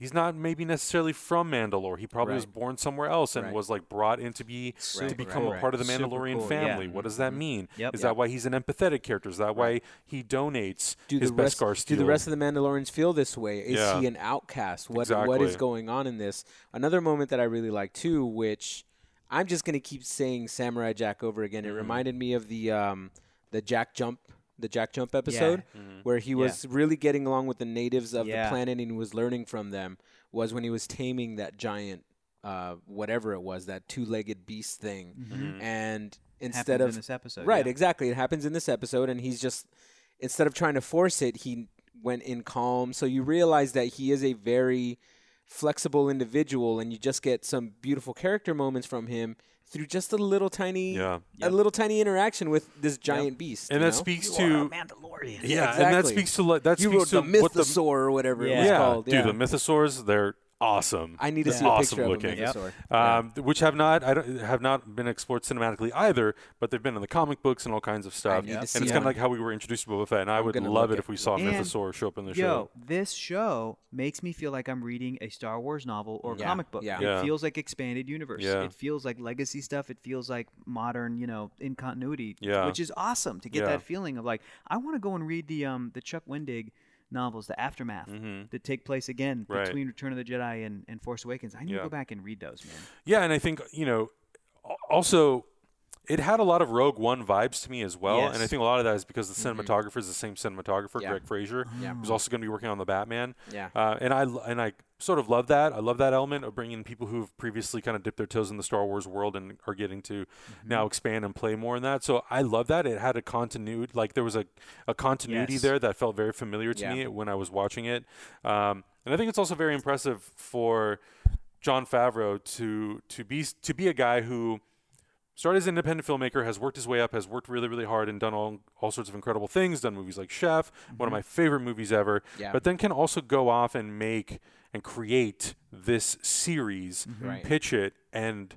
Speaker 1: he's not maybe necessarily from Mandalore. He probably was
Speaker 2: Right.
Speaker 1: born somewhere else and
Speaker 2: Right.
Speaker 1: was like brought in to be
Speaker 3: Right,
Speaker 1: to become
Speaker 2: right, Mm-hmm.
Speaker 1: a
Speaker 2: right.
Speaker 1: part of the
Speaker 3: Super
Speaker 1: Mandalorian
Speaker 3: cool, yeah.
Speaker 1: family. What does that mean?
Speaker 3: Yep.
Speaker 1: Is
Speaker 3: Yeah.
Speaker 1: that why he's an empathetic character? Is that why he donates
Speaker 2: do
Speaker 1: his
Speaker 2: the rest
Speaker 1: Beskar
Speaker 2: do
Speaker 1: steel?
Speaker 2: the rest of the Mandalorians feel this way? Is
Speaker 1: Yeah.
Speaker 2: he an outcast? What what
Speaker 1: Exactly.
Speaker 2: is going on in this? Another moment that I really like too, which I'm just gonna keep saying Samurai Jack over again.
Speaker 1: Mm-hmm.
Speaker 2: It reminded me of the um, the Jack Jump the Jack Jump episode
Speaker 1: Mm-hmm.
Speaker 2: where he was really getting along with the natives of
Speaker 3: Yeah.
Speaker 2: the planet and he was learning from them was when he was taming that giant uh, whatever it was, that two legged beast thing. And instead of
Speaker 3: Happens Mm-hmm. in this episode
Speaker 2: Right,
Speaker 3: yeah.
Speaker 2: exactly. It happens in this episode, and he's just instead of trying to force it, he went in calm. So you realize that he is a very flexible individual, and you just get some beautiful character moments from him through just a little tiny,
Speaker 1: Yeah.
Speaker 2: a little tiny interaction with this giant beast.
Speaker 1: and
Speaker 2: you
Speaker 1: that
Speaker 2: know?
Speaker 1: speaks
Speaker 3: You are a
Speaker 1: to
Speaker 3: Mandalorian.
Speaker 1: yeah, and that
Speaker 2: exactly.
Speaker 1: speaks to like that
Speaker 2: you
Speaker 1: speaks
Speaker 2: wrote
Speaker 1: to
Speaker 2: the
Speaker 1: what the
Speaker 2: mythosaur or whatever it was
Speaker 3: Yeah.
Speaker 2: called.
Speaker 1: dude,
Speaker 2: yeah.
Speaker 1: the mythosaurs they're awesome.
Speaker 2: I need to
Speaker 1: They're
Speaker 2: see a
Speaker 1: awesome
Speaker 2: picture
Speaker 1: looking.
Speaker 2: of a mythosaur.
Speaker 1: um, th- which have not I don't, have not been explored cinematically either, but they've been in the comic books and all kinds of stuff.
Speaker 2: need to
Speaker 1: and it's
Speaker 2: see
Speaker 1: kind of
Speaker 2: one.
Speaker 1: like how we were introduced to Boba Fett, and I would
Speaker 2: gonna
Speaker 1: love
Speaker 2: look
Speaker 1: it
Speaker 2: at-
Speaker 1: if we saw a
Speaker 3: And-
Speaker 1: Mythosaur show up in the
Speaker 3: Yo,
Speaker 1: show.
Speaker 3: this show makes me feel like I'm reading a Star Wars novel or
Speaker 2: Yeah,
Speaker 3: comic book.
Speaker 2: yeah.
Speaker 3: It
Speaker 1: Yeah.
Speaker 3: feels like expanded universe.
Speaker 1: Yeah.
Speaker 3: It feels like legacy stuff. It feels like modern, you know, in continuity.
Speaker 1: Yeah.
Speaker 3: Which is awesome to get
Speaker 1: Yeah.
Speaker 3: that feeling of like I want to go and read the um the Chuck Wendig novels, the aftermath that take place again
Speaker 1: Mm-hmm. Right.
Speaker 3: between Return of the Jedi and, and Force Awakens. I need
Speaker 1: Yeah.
Speaker 3: to go back and read those, man.
Speaker 1: Yeah, and I think you know, al- also, it had a lot of Rogue One vibes to me as well,
Speaker 3: Yes.
Speaker 1: and I think a lot of that is because the cinematographer is the same cinematographer,
Speaker 2: Yeah.
Speaker 1: Greg Fraser, who's also going to be working on the Batman.
Speaker 2: Yeah.
Speaker 1: uh, and I l- and I sort of love that. I love that element of bringing people who've previously kind of dipped their toes in the Star Wars world and are getting to now expand and play more in that. So I love that it had a continuity, like there was a a continuity
Speaker 3: Yes.
Speaker 1: there that felt very familiar to
Speaker 2: Yeah.
Speaker 1: me when I was watching it. Um, and I think it's also very impressive for John Favreau to to be to be a guy who started as an independent filmmaker, has worked his way up, has worked really really hard, and done all all sorts of incredible things. Done movies like Chef,
Speaker 3: Mm-hmm.
Speaker 1: one of my favorite movies ever.
Speaker 2: Yeah.
Speaker 1: But then can also go off and make and create this series,
Speaker 3: Mm-hmm.
Speaker 2: Right.
Speaker 1: pitch it, and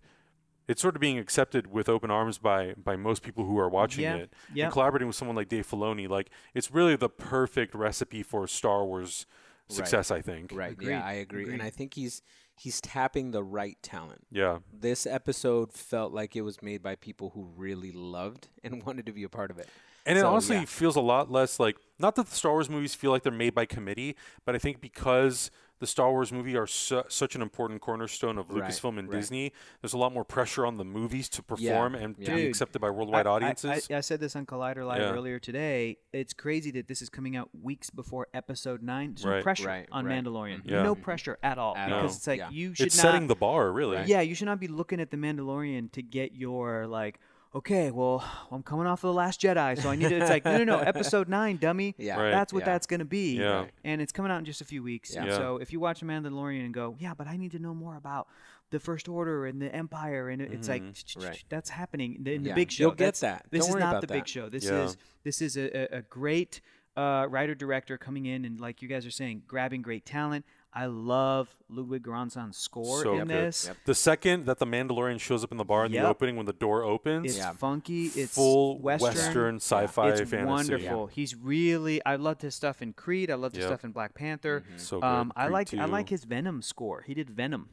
Speaker 1: it's sort of being accepted with open arms by by most people who are watching
Speaker 3: Yeah,
Speaker 1: it.
Speaker 3: yeah.
Speaker 1: And collaborating with someone like Dave Filoni, like it's really the perfect recipe for a Star Wars success, I think.
Speaker 2: Right.
Speaker 3: Agreed.
Speaker 2: Yeah, I agree. And
Speaker 3: Agreed.
Speaker 2: I think he's he's tapping the right talent.
Speaker 1: Yeah.
Speaker 2: This episode felt like it was made by people who really loved and wanted to be a part of it.
Speaker 1: And it
Speaker 2: So,
Speaker 1: honestly
Speaker 2: yeah.
Speaker 1: feels a lot less like not that the Star Wars movies feel like they're made by committee, but I think because the Star Wars movie are su- such an important cornerstone of
Speaker 2: Right,
Speaker 1: Lucasfilm and
Speaker 2: right.
Speaker 1: Disney, there's a lot more pressure on the movies to perform and to
Speaker 2: yeah.
Speaker 1: be
Speaker 3: Dude,
Speaker 1: accepted by worldwide
Speaker 3: I- I-
Speaker 1: audiences.
Speaker 3: I, I, said this on Collider Live
Speaker 1: Yeah.
Speaker 3: earlier today. It's crazy that this is coming out weeks before Episode Nine. There's
Speaker 1: Right.
Speaker 3: No pressure
Speaker 2: Right,
Speaker 3: on
Speaker 2: right.
Speaker 3: Mandalorian.
Speaker 1: Yeah.
Speaker 3: No pressure at all
Speaker 2: At
Speaker 3: because
Speaker 1: all.
Speaker 3: it's like
Speaker 2: Yeah.
Speaker 3: you should
Speaker 1: it's
Speaker 3: not.
Speaker 1: setting the bar, really.
Speaker 3: Yeah, you should not be looking at the Mandalorian to get your like. Okay, well, I'm coming off of the Last Jedi, so I need to. It's like no, no, no. Episode nine, dummy.
Speaker 2: Yeah.
Speaker 1: Right.
Speaker 3: that's what
Speaker 2: Yeah.
Speaker 3: that's gonna be.
Speaker 1: Yeah. Right.
Speaker 3: and it's coming out in just a few weeks.
Speaker 2: Yeah.
Speaker 3: And
Speaker 1: Yeah.
Speaker 3: So if you watch The Mandalorian and go, yeah, but I need to know more about the First Order and the Empire, and it- it's like "Ch- ch- ch-
Speaker 2: Mm-hmm. Right.
Speaker 3: that's happening in the
Speaker 2: Yeah.
Speaker 3: Big Show.
Speaker 2: You'll get
Speaker 3: That's-
Speaker 2: that.
Speaker 3: This
Speaker 2: Don't
Speaker 3: is
Speaker 2: worry
Speaker 3: not
Speaker 2: about
Speaker 3: the
Speaker 2: that.
Speaker 3: Big Show. This
Speaker 1: Yeah.
Speaker 3: is this is a, a, a great uh, writer director coming in and like you guys are saying, grabbing great talent. I love Ludwig Göransson's score
Speaker 1: So good.
Speaker 3: in this.
Speaker 1: The second that the Mandalorian shows up in the bar in the
Speaker 3: Yep.
Speaker 1: opening when the door opens,
Speaker 3: It's funky. It's
Speaker 1: full
Speaker 3: Western.
Speaker 1: Western sci-fi
Speaker 3: it's
Speaker 1: fantasy.
Speaker 3: wonderful. He's really. I loved his stuff in Creed. I loved his
Speaker 1: Yep. Mm-hmm.
Speaker 3: stuff in Black Panther.
Speaker 1: So good.
Speaker 3: Um, I
Speaker 1: Creed Mm-hmm.
Speaker 3: like I
Speaker 1: 2.
Speaker 3: like his Venom score. He did Venom.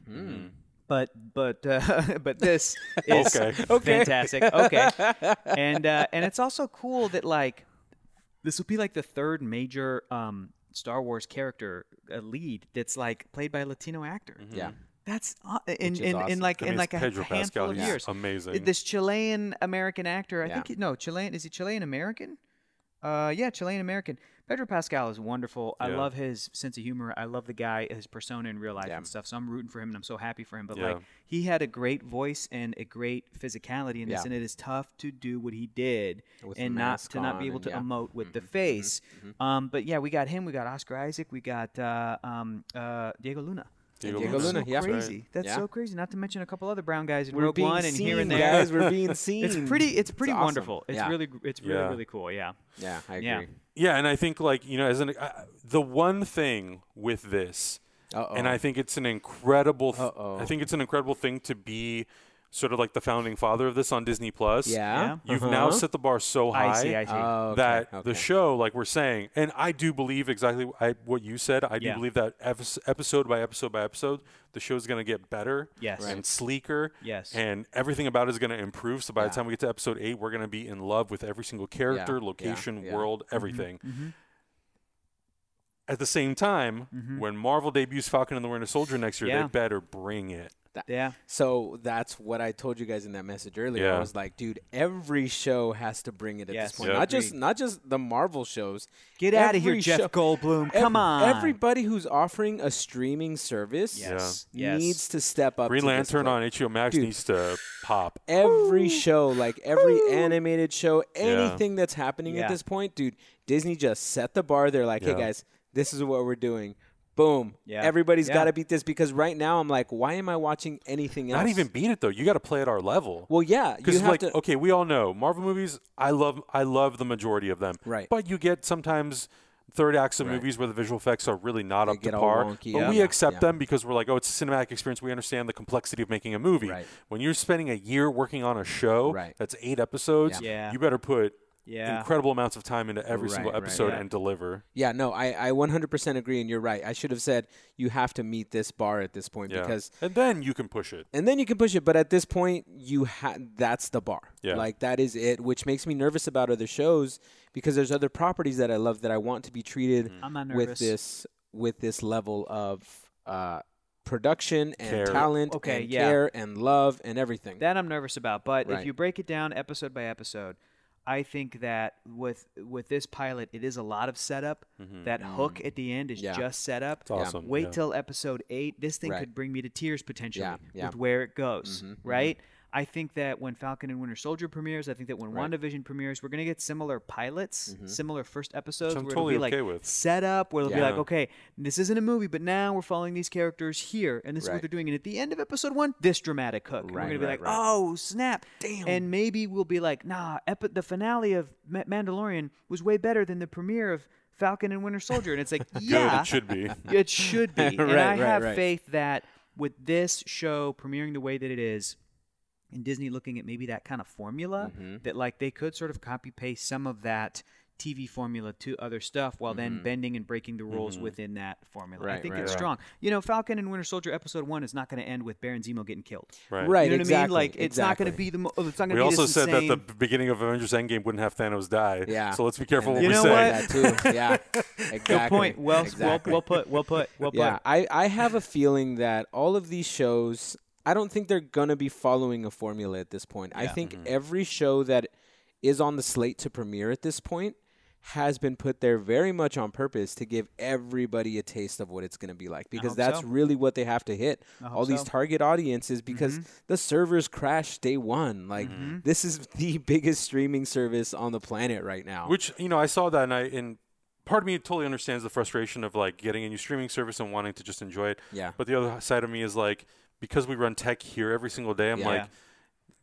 Speaker 3: But but uh, but this is
Speaker 1: Okay.
Speaker 3: fantastic. Okay, and uh, and it's also cool that like this will be like the third major um, Star Wars character uh, lead that's like played by a Latino actor.
Speaker 2: Yeah.
Speaker 3: That's uh, in
Speaker 2: is
Speaker 3: in, in
Speaker 2: awesome.
Speaker 3: like
Speaker 1: Mm-hmm. I
Speaker 3: in
Speaker 1: mean,
Speaker 3: like
Speaker 1: it's
Speaker 3: a
Speaker 1: Pedro
Speaker 3: handful
Speaker 1: Pascal.
Speaker 3: of
Speaker 1: He's
Speaker 3: years.
Speaker 1: amazing.
Speaker 3: This Chilean American actor, I
Speaker 2: Yeah.
Speaker 3: think he, no Chilean is he Chilean American? Uh, yeah, Chilean American. Pedro Pascal is wonderful. I
Speaker 1: Yeah.
Speaker 3: love his sense of humor. I love the guy, his persona in real life and stuff. So I'm rooting for him, and I'm so happy for him. But like,
Speaker 1: Yeah.
Speaker 3: he had a great voice and a great physicality in this,
Speaker 2: Yeah.
Speaker 3: and it is tough to do what he did
Speaker 2: With the
Speaker 3: and not
Speaker 2: mask
Speaker 3: to not
Speaker 2: on
Speaker 3: be able
Speaker 2: and
Speaker 3: to
Speaker 2: yeah. Mm-hmm.
Speaker 3: emote with the face. Um, but yeah, we got him. We got Oscar Isaac. We got uh, um, uh, Diego Luna.
Speaker 1: Diego
Speaker 2: Diego
Speaker 1: Luna.
Speaker 2: Luna,
Speaker 3: so
Speaker 2: yeah.
Speaker 3: crazy.
Speaker 2: Right.
Speaker 3: That's
Speaker 2: Yeah.
Speaker 3: so crazy. Not to mention a couple other brown guys in
Speaker 2: We're
Speaker 3: Rogue
Speaker 2: being
Speaker 3: One and here and
Speaker 2: seen,
Speaker 3: there.
Speaker 2: guys. We're being seen.
Speaker 3: It's pretty. It's pretty
Speaker 2: awesome.
Speaker 3: wonderful. It's
Speaker 2: Yeah.
Speaker 3: really. gr- It's really
Speaker 1: Yeah.
Speaker 3: really cool. Yeah.
Speaker 2: Yeah, I
Speaker 3: Yeah.
Speaker 2: agree.
Speaker 1: Yeah, and I think like you know, as an uh, the one thing with this,
Speaker 2: Uh-oh.
Speaker 1: and I think it's an incredible. Th-
Speaker 2: Uh-oh.
Speaker 1: I think it's an incredible thing to be sort of like the founding father of this on Disney Plus.
Speaker 2: Yeah.
Speaker 1: You've now
Speaker 2: Uh-huh.
Speaker 1: set the bar so high
Speaker 3: I see. I see.
Speaker 2: Oh, okay,
Speaker 1: that the
Speaker 2: okay.
Speaker 1: show, like we're saying, and I do believe exactly wh- I, what you said. I do
Speaker 3: Yeah.
Speaker 1: believe that epis- episode by episode by episode, the show's going to get better
Speaker 3: Yes. Right.
Speaker 1: and sleeker.
Speaker 3: Yes.
Speaker 1: And everything about it is going to improve. So by the time we get to episode eight, we're going to be in love with every single character,
Speaker 2: yeah,
Speaker 1: location,
Speaker 2: yeah. Mm-hmm,
Speaker 1: world, everything. At the same time,
Speaker 2: Mm-hmm.
Speaker 1: when Marvel debuts Falcon and the Winter Soldier next year,
Speaker 3: Yeah.
Speaker 1: they better bring it.
Speaker 3: yeah.
Speaker 2: So that's what I told you guys in that message earlier.
Speaker 1: Yeah.
Speaker 2: I was like, dude, every show has to bring it at
Speaker 3: Yes.
Speaker 2: this point.
Speaker 1: Yeah.
Speaker 2: Not just not just the Marvel shows.
Speaker 3: Get outta here,
Speaker 2: Every
Speaker 3: Jeff
Speaker 2: show-
Speaker 3: Goldblum.
Speaker 2: ev-
Speaker 3: Come on.
Speaker 2: Everybody who's offering a streaming service
Speaker 3: Yes. Yes.
Speaker 2: needs to step up.
Speaker 1: Green
Speaker 2: to this
Speaker 1: Lantern
Speaker 2: plate.
Speaker 1: on HBO Max
Speaker 2: Dude.
Speaker 1: needs to pop.
Speaker 2: every show, like every animated show, anything that's happening
Speaker 3: Yeah.
Speaker 2: at this point, dude, Disney just set the bar. They're like, hey
Speaker 1: Yeah.
Speaker 2: guys, this is what we're doing. Boom.
Speaker 3: Yeah.
Speaker 2: Everybody's
Speaker 3: Yeah.
Speaker 2: got to beat this because right now I'm like, why am I watching anything else?
Speaker 1: Not even beat it though. You got to play at our level.
Speaker 2: Well, yeah, you
Speaker 1: because
Speaker 2: have
Speaker 1: like
Speaker 2: to.
Speaker 1: okay, we all know Marvel movies. I love I love the majority of them.
Speaker 2: Right.
Speaker 1: But you get sometimes third acts of movies where the visual effects are really not up
Speaker 2: get
Speaker 1: to
Speaker 2: all
Speaker 1: par.
Speaker 2: wonky,
Speaker 1: but
Speaker 2: yeah.
Speaker 1: we
Speaker 2: Yeah,
Speaker 1: accept
Speaker 2: yeah.
Speaker 1: them because we're like, oh, it's a cinematic experience. We understand the complexity of making a movie.
Speaker 2: Right.
Speaker 1: When you're spending a year working on a show
Speaker 2: Right.
Speaker 1: that's eight episodes,
Speaker 3: Yeah. Yeah.
Speaker 1: you better put
Speaker 3: Yeah.
Speaker 1: incredible amounts of time into every
Speaker 2: Right,
Speaker 1: single
Speaker 2: right,
Speaker 1: episode
Speaker 3: yeah.
Speaker 1: and deliver.
Speaker 2: Yeah, no, I, I 100% agree, and you're right. I should have said you have to meet this bar at this point
Speaker 1: Yeah.
Speaker 2: because,
Speaker 1: and then you can push it.
Speaker 2: and then you can push it. But at this point, you ha- that's the bar.
Speaker 1: Yeah.
Speaker 2: Like that is it, which makes me nervous about other shows because there's other properties that I love that I want to be treated
Speaker 1: Mm-hmm.
Speaker 3: I'm not
Speaker 2: with
Speaker 3: nervous.
Speaker 2: this with this level of uh, production and
Speaker 1: Care.
Speaker 2: talent
Speaker 3: Okay,
Speaker 2: and
Speaker 3: yeah.
Speaker 2: care and love and everything.
Speaker 3: That I'm nervous about, but if
Speaker 2: Right.
Speaker 3: you break it down episode by episode, I think that with with this pilot, it is a lot of setup. That hook at the end is
Speaker 2: Mm-hmm. Yeah.
Speaker 3: just setup.
Speaker 1: Mm. It's awesome,
Speaker 3: Wait
Speaker 1: yeah.
Speaker 3: till episode eight. This thing
Speaker 2: Right.
Speaker 3: could bring me to tears potentially
Speaker 2: Yeah, yeah. Mm-hmm,
Speaker 3: with where it goes. Right. I think that when Falcon and Winter Soldier premieres, I think that when WandaVision premieres, we're gonna get similar pilots,
Speaker 2: Mm-hmm.
Speaker 3: similar first episodes
Speaker 1: I'm
Speaker 3: where
Speaker 1: totally
Speaker 3: it'll be
Speaker 1: okay
Speaker 3: like
Speaker 1: with.
Speaker 3: setup, where it'll be
Speaker 2: Yeah.
Speaker 3: like, okay, this isn't a movie, but now we're following these characters here, and this is what
Speaker 2: Right.
Speaker 3: they're doing. And at the end of episode one, this dramatic hook, and we're
Speaker 2: Right,
Speaker 3: gonna be
Speaker 2: right,
Speaker 3: like,
Speaker 2: right.
Speaker 3: oh snap, damn. And maybe we'll be like, nah, epi- the finale of Ma- Mandalorian was way better than the premiere of Falcon and Winter Soldier, and it's like, yeah,
Speaker 1: Good, it should be.
Speaker 3: it should be. and
Speaker 2: Right,
Speaker 3: I
Speaker 2: right,
Speaker 3: have
Speaker 2: right.
Speaker 3: faith that with this show premiering the way that it is, and Disney looking at maybe that kind of formula, that like they could sort of copy paste some of that TV formula to other stuff while then bending and breaking the rules within that formula. I
Speaker 2: Right,
Speaker 3: think
Speaker 2: right,
Speaker 3: it's
Speaker 2: right.
Speaker 3: strong. You know, Falcon and Winter Soldier episode one is not going to end with Baron Zemo getting killed.
Speaker 1: Right.
Speaker 2: Right,
Speaker 3: You know what I mean?
Speaker 2: exactly,
Speaker 3: Like, it's not going to
Speaker 2: exactly.
Speaker 3: be the. Mo- it's not going to
Speaker 1: We
Speaker 3: be
Speaker 1: also
Speaker 3: this
Speaker 1: said
Speaker 3: insane-
Speaker 1: that the beginning of Avengers Endgame wouldn't have Thanos die.
Speaker 2: Yeah.
Speaker 1: So let's be careful what
Speaker 2: And
Speaker 1: we
Speaker 3: You know
Speaker 1: say.
Speaker 2: that too. Yeah, exactly.
Speaker 3: Good point. Well,
Speaker 2: exactly.
Speaker 3: well, well put. Well put. Well put.
Speaker 2: Yeah, I, I have a feeling that all of these shows, I don't think they're going to be following a formula at this point. I think
Speaker 1: Mm-hmm.
Speaker 2: every show that is on the slate to premiere at this point has been put there very much on purpose to give everybody a taste of what it's going to be like because
Speaker 3: hope
Speaker 2: that's
Speaker 3: so.
Speaker 2: really what they have to hit all these
Speaker 3: so. Mm-hmm.
Speaker 2: target audiences because the servers crashed day 1 like this is the biggest streaming service on the planet right now
Speaker 1: Which you know, I saw that, and I and part of me totally understands the frustration of like getting a new streaming service and wanting to just enjoy it.
Speaker 2: Yeah.
Speaker 1: But the other side of me is like, because we run tech here every single day, I'm
Speaker 2: Yeah.
Speaker 1: like.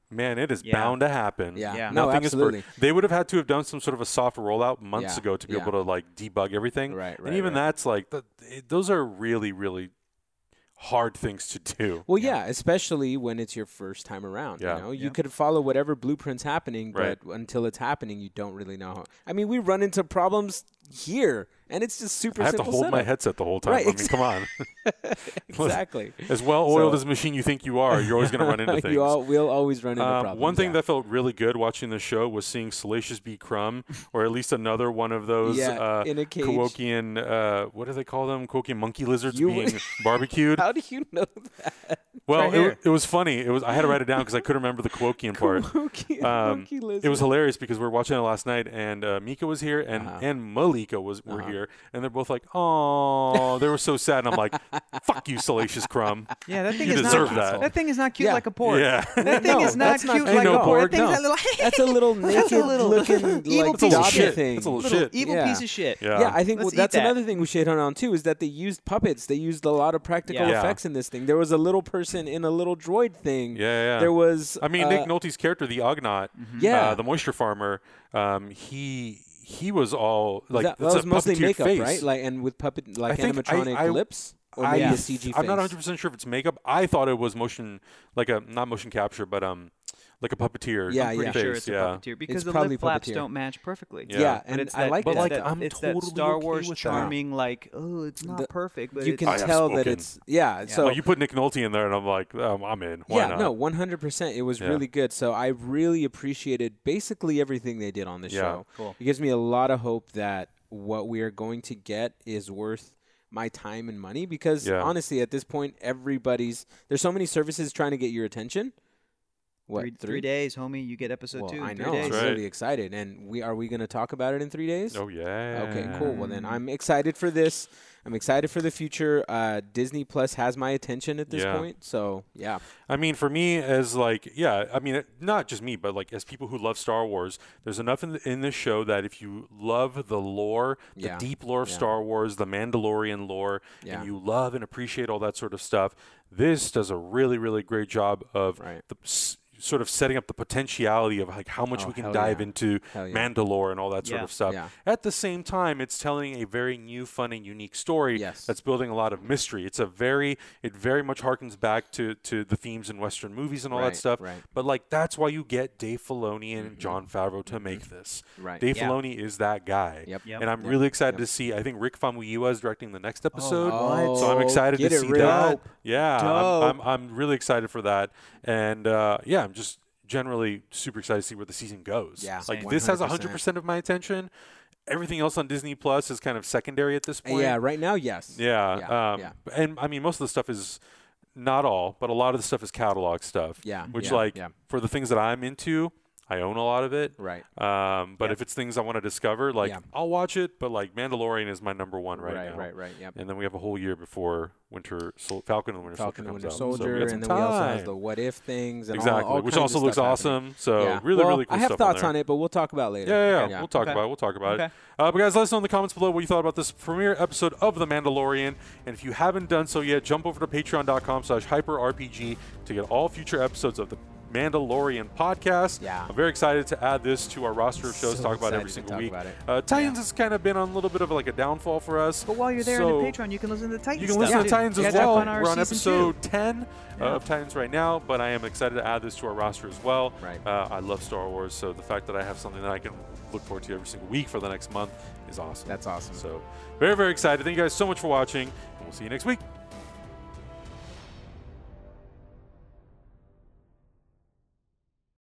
Speaker 1: Man, it is
Speaker 3: Yeah.
Speaker 1: bound to happen.
Speaker 2: Yeah.
Speaker 3: Yeah.
Speaker 2: No,
Speaker 1: Nothing is per-
Speaker 2: absolutely.
Speaker 1: They would have had to have done some sort of a soft rollout months
Speaker 2: Yeah.
Speaker 1: ago to be
Speaker 2: Yeah.
Speaker 1: able to like debug everything.
Speaker 2: Right, right,
Speaker 1: And even
Speaker 2: right.
Speaker 1: that's like, th- it, those are really, really hard things to do.
Speaker 2: Well, yeah. especially when it's your first time around.
Speaker 1: Yeah.
Speaker 2: You know, you could follow whatever blueprint's happening,
Speaker 1: Right.
Speaker 2: but until it's happening, you don't really know. How. I mean, we run into problems here, and it's just super.
Speaker 1: I have to
Speaker 2: simple
Speaker 1: hold my
Speaker 2: setup.
Speaker 1: headset the whole time.
Speaker 2: Right,
Speaker 1: I mean, come on.
Speaker 2: Exactly.
Speaker 1: as well oiled
Speaker 2: So-
Speaker 1: as a machine you think you are, you're always going to run into things.
Speaker 2: you all will always run into
Speaker 1: Um,
Speaker 2: problems.
Speaker 1: one thing
Speaker 2: yeah.
Speaker 1: that felt really good watching the show was seeing Salacious B. Crumb, or at least another one of those
Speaker 2: Yeah,
Speaker 1: uh,
Speaker 2: in a cage.
Speaker 1: Kowokian, uh, what do they call them? Kowokian monkey lizards
Speaker 2: You-
Speaker 1: being barbecued.
Speaker 2: How do you know that?
Speaker 1: well,
Speaker 3: right
Speaker 1: it,
Speaker 3: here.
Speaker 1: it was funny. It was I had to write it down because I couldn't remember the Kowokian part.
Speaker 2: Monkey,
Speaker 1: Um,
Speaker 2: monkey lizard.
Speaker 1: It was hilarious because we were watching it last night, and uh, Mika was here, and
Speaker 2: Uh-huh.
Speaker 1: and Malika was were here, and they're both like, "Oh, they were so sad." And I'm like, "Fuck you, Salacious Crumb."
Speaker 3: Yeah, that thing
Speaker 1: You
Speaker 3: is
Speaker 1: deserve
Speaker 3: not.
Speaker 1: that.
Speaker 3: That thing is not cute
Speaker 2: Yeah.
Speaker 3: like a pork.
Speaker 1: Yeah.
Speaker 3: That thing
Speaker 2: No,
Speaker 3: is not
Speaker 2: that's
Speaker 3: cute
Speaker 2: Ain't
Speaker 3: like
Speaker 1: no
Speaker 3: a
Speaker 1: pork,
Speaker 3: pork. That thing's
Speaker 2: no.
Speaker 3: a little.
Speaker 2: that's a little naked
Speaker 3: little-
Speaker 2: looking
Speaker 3: evil
Speaker 2: like
Speaker 3: piece of
Speaker 2: Dobby
Speaker 3: shit.
Speaker 2: thing.
Speaker 1: That's a little
Speaker 3: little
Speaker 1: shit.
Speaker 3: evil
Speaker 2: Yeah.
Speaker 3: piece of shit.
Speaker 1: Yeah.
Speaker 2: Yeah, I think
Speaker 3: Let's
Speaker 2: well,
Speaker 3: eat
Speaker 2: that's
Speaker 3: that.
Speaker 2: another thing we should hit on too is that they used puppets. They used a lot of practical
Speaker 3: Yeah.
Speaker 1: Yeah.
Speaker 2: effects in this thing. There was a little person in a little droid thing.
Speaker 1: Yeah, yeah.
Speaker 2: There was.
Speaker 1: I mean,
Speaker 2: uh, Mm-hmm.
Speaker 1: Nick Nolte's character, the Ognaut,
Speaker 2: Yeah.
Speaker 1: uh, the moisture farmer, um, he he was all like
Speaker 2: that, that
Speaker 1: that's
Speaker 2: was
Speaker 1: a
Speaker 2: mostly
Speaker 1: puppeteered
Speaker 2: makeup,
Speaker 1: face.
Speaker 2: right? Like and with puppet like
Speaker 1: think I-
Speaker 2: animatronic
Speaker 1: I-
Speaker 2: lips or
Speaker 1: I,
Speaker 2: maybe
Speaker 3: Yeah.
Speaker 2: a CG face.
Speaker 1: I'm not 100 percent sure if it's makeup. I thought it was motion, like a not motion capture, but um, like a puppeteer.
Speaker 2: Yeah,
Speaker 3: I'm pretty
Speaker 1: face,
Speaker 3: sure it's
Speaker 1: yeah.
Speaker 3: a puppeteer because
Speaker 2: It's
Speaker 3: the
Speaker 2: probably
Speaker 3: lip flaps
Speaker 2: puppeteer.
Speaker 3: don't match perfectly.
Speaker 1: Yeah. Yeah,
Speaker 3: But
Speaker 2: and
Speaker 3: it's
Speaker 2: I
Speaker 3: that-
Speaker 2: like
Speaker 3: but
Speaker 2: that.
Speaker 3: like
Speaker 1: But, like, I'm
Speaker 3: it's that
Speaker 1: totally
Speaker 3: Star
Speaker 1: okay
Speaker 3: Wars
Speaker 1: with that.
Speaker 3: charming, like oh, it's not
Speaker 2: The-
Speaker 3: perfect, but
Speaker 2: you
Speaker 3: it's-
Speaker 2: can
Speaker 1: I have
Speaker 2: tell that
Speaker 1: spoken.
Speaker 2: it's yeah. So
Speaker 1: Well, you put Nick Nolte in there, and I'm like, um, I'm in. Why
Speaker 2: yeah,
Speaker 1: not?
Speaker 2: no, 100. percent It was
Speaker 1: Yeah.
Speaker 2: really good. So I really appreciated basically everything they did on this
Speaker 1: Yeah.
Speaker 2: show.
Speaker 3: Cool.
Speaker 2: It gives me a lot of hope that what we are going to get is worth my time and money because
Speaker 1: Yeah.
Speaker 2: honestly, at this point, everybody's there's so many services trying to get your attention. What
Speaker 3: three, three days, homie. You get episode
Speaker 2: Well,
Speaker 3: two. in
Speaker 2: I
Speaker 3: three
Speaker 2: know. I'm
Speaker 3: days.
Speaker 1: That's right.
Speaker 2: really excited. And we are we going to talk about it in three days?
Speaker 1: Oh yeah.
Speaker 2: Okay, cool. Well, then I'm excited for this. I'm excited for the future. Uh, Disney Plus has my attention at this
Speaker 1: Yeah.
Speaker 2: point. So yeah,
Speaker 1: I mean, for me, as like, yeah, I mean, it- not just me, but like as people who love Star Wars, there's enough in, in this show that if you love the lore, the
Speaker 2: Yeah.
Speaker 1: deep lore of Star Wars, the Mandalorian lore,
Speaker 2: Yeah.
Speaker 1: and you love and appreciate all that sort of stuff, this does a really, really great job of
Speaker 2: Right.
Speaker 1: the. S- sort of setting up the potentiality of like how much
Speaker 2: Oh,
Speaker 1: we can
Speaker 2: hell
Speaker 1: dive
Speaker 2: yeah.
Speaker 1: into
Speaker 2: Hell yeah.
Speaker 1: Mandalore and all that sort
Speaker 3: Yeah.
Speaker 1: of stuff.
Speaker 2: Yeah.
Speaker 1: At the same time, it's telling a very new, fun, and unique story
Speaker 2: Yes.
Speaker 1: that's building a lot of mystery. It's a very, it very much harkens back to to the themes in Western movies and all
Speaker 2: Right,
Speaker 1: that stuff.
Speaker 2: right. Mm-hmm.
Speaker 1: But like that's why you get Dave Filoni and John Favreau to make this.
Speaker 2: Right.
Speaker 1: Dave
Speaker 3: Yeah.
Speaker 1: Filoni is that guy.
Speaker 2: Yep. Yep.
Speaker 1: And I'm
Speaker 2: Yep.
Speaker 1: really excited to see. I think Rick Famuyiwa is directing the next episode.
Speaker 2: what?
Speaker 1: so I'm excited
Speaker 2: Get
Speaker 1: to
Speaker 2: it,
Speaker 1: see
Speaker 2: Rick.
Speaker 1: that.
Speaker 2: Dope.
Speaker 1: Yeah,
Speaker 2: Dope.
Speaker 1: I'm, I'm I'm really excited for that. And uh, yeah, I'm just generally super excited to see where the season goes.
Speaker 2: Yeah,
Speaker 1: like
Speaker 2: Same.
Speaker 1: this has
Speaker 2: 100%.
Speaker 1: 100 percent of my attention. Everything else on Disney Plus is kind of secondary at this point.
Speaker 2: yeah. Right now, yes.
Speaker 1: Yeah.
Speaker 2: Yeah,
Speaker 1: um,
Speaker 2: yeah.
Speaker 1: And I mean, most of the stuff is not all, but a lot of the stuff is catalog stuff.
Speaker 2: Yeah,
Speaker 1: Which,
Speaker 2: yeah,
Speaker 1: like,
Speaker 2: yeah.
Speaker 1: for the things that I'm into, I own a lot of it.
Speaker 2: Right.
Speaker 1: Um, but if it's things I want to discover, like,
Speaker 2: Yeah.
Speaker 1: I'll watch it, but, like, Mandalorian is my number one right,
Speaker 2: Right,
Speaker 1: now.
Speaker 2: right, right, yep.
Speaker 1: And then we have a whole year before Winter Sol- Falcon and Winter
Speaker 2: Falcon and
Speaker 1: Soldier
Speaker 2: Winter
Speaker 1: comes out. So we
Speaker 2: Soldier,
Speaker 1: got some
Speaker 2: and then we also has
Speaker 1: time.
Speaker 2: the what if things and all-
Speaker 1: Exactly.
Speaker 2: all,
Speaker 1: which
Speaker 2: kinds
Speaker 1: also
Speaker 2: of
Speaker 1: looks
Speaker 2: stuff happening.
Speaker 1: awesome. So,
Speaker 2: yeah.
Speaker 1: really,
Speaker 2: Well,
Speaker 1: really cool
Speaker 2: I have
Speaker 1: stuff
Speaker 2: thoughts
Speaker 1: on,
Speaker 2: on
Speaker 1: there.
Speaker 2: it, but we'll talk about it later.
Speaker 1: Yeah, yeah, yeah.
Speaker 2: Yeah.
Speaker 1: We'll talk
Speaker 3: Okay.
Speaker 1: about it. We'll talk about it.
Speaker 3: Okay.
Speaker 1: Uh, but guys, let us know in the comments below what you thought about this premiere episode of The Mandalorian. And if you haven't done so yet, jump over to patreon.com slash hyperrpg to get all future episodes of The Mandalorian podcast.
Speaker 2: Yeah.
Speaker 1: I'm very excited to add this to our roster of shows to
Speaker 2: So
Speaker 1: talk about
Speaker 2: excited
Speaker 1: every
Speaker 2: to
Speaker 1: single
Speaker 2: talk
Speaker 1: week.
Speaker 2: about it.
Speaker 1: Uh, Titans has kind of been on a little bit of like a downfall for us.
Speaker 3: But while you're there
Speaker 1: so
Speaker 3: on the Patreon, you can listen to the Titans.
Speaker 1: you can
Speaker 3: stuff,
Speaker 1: listen to
Speaker 3: too.
Speaker 1: Titans as
Speaker 3: Catch up
Speaker 1: well.
Speaker 3: on our
Speaker 1: We're on
Speaker 3: season two.
Speaker 1: episode 10 uh, of Titans right now, but I am excited to add this to our roster as well.
Speaker 2: Right.
Speaker 1: Uh, I love Star Wars, so the fact that I have something that I can look forward to every single week for the next month is awesome.
Speaker 2: That's awesome.
Speaker 1: So, very, very excited. Thank you guys so much for watching, and we'll see you next week.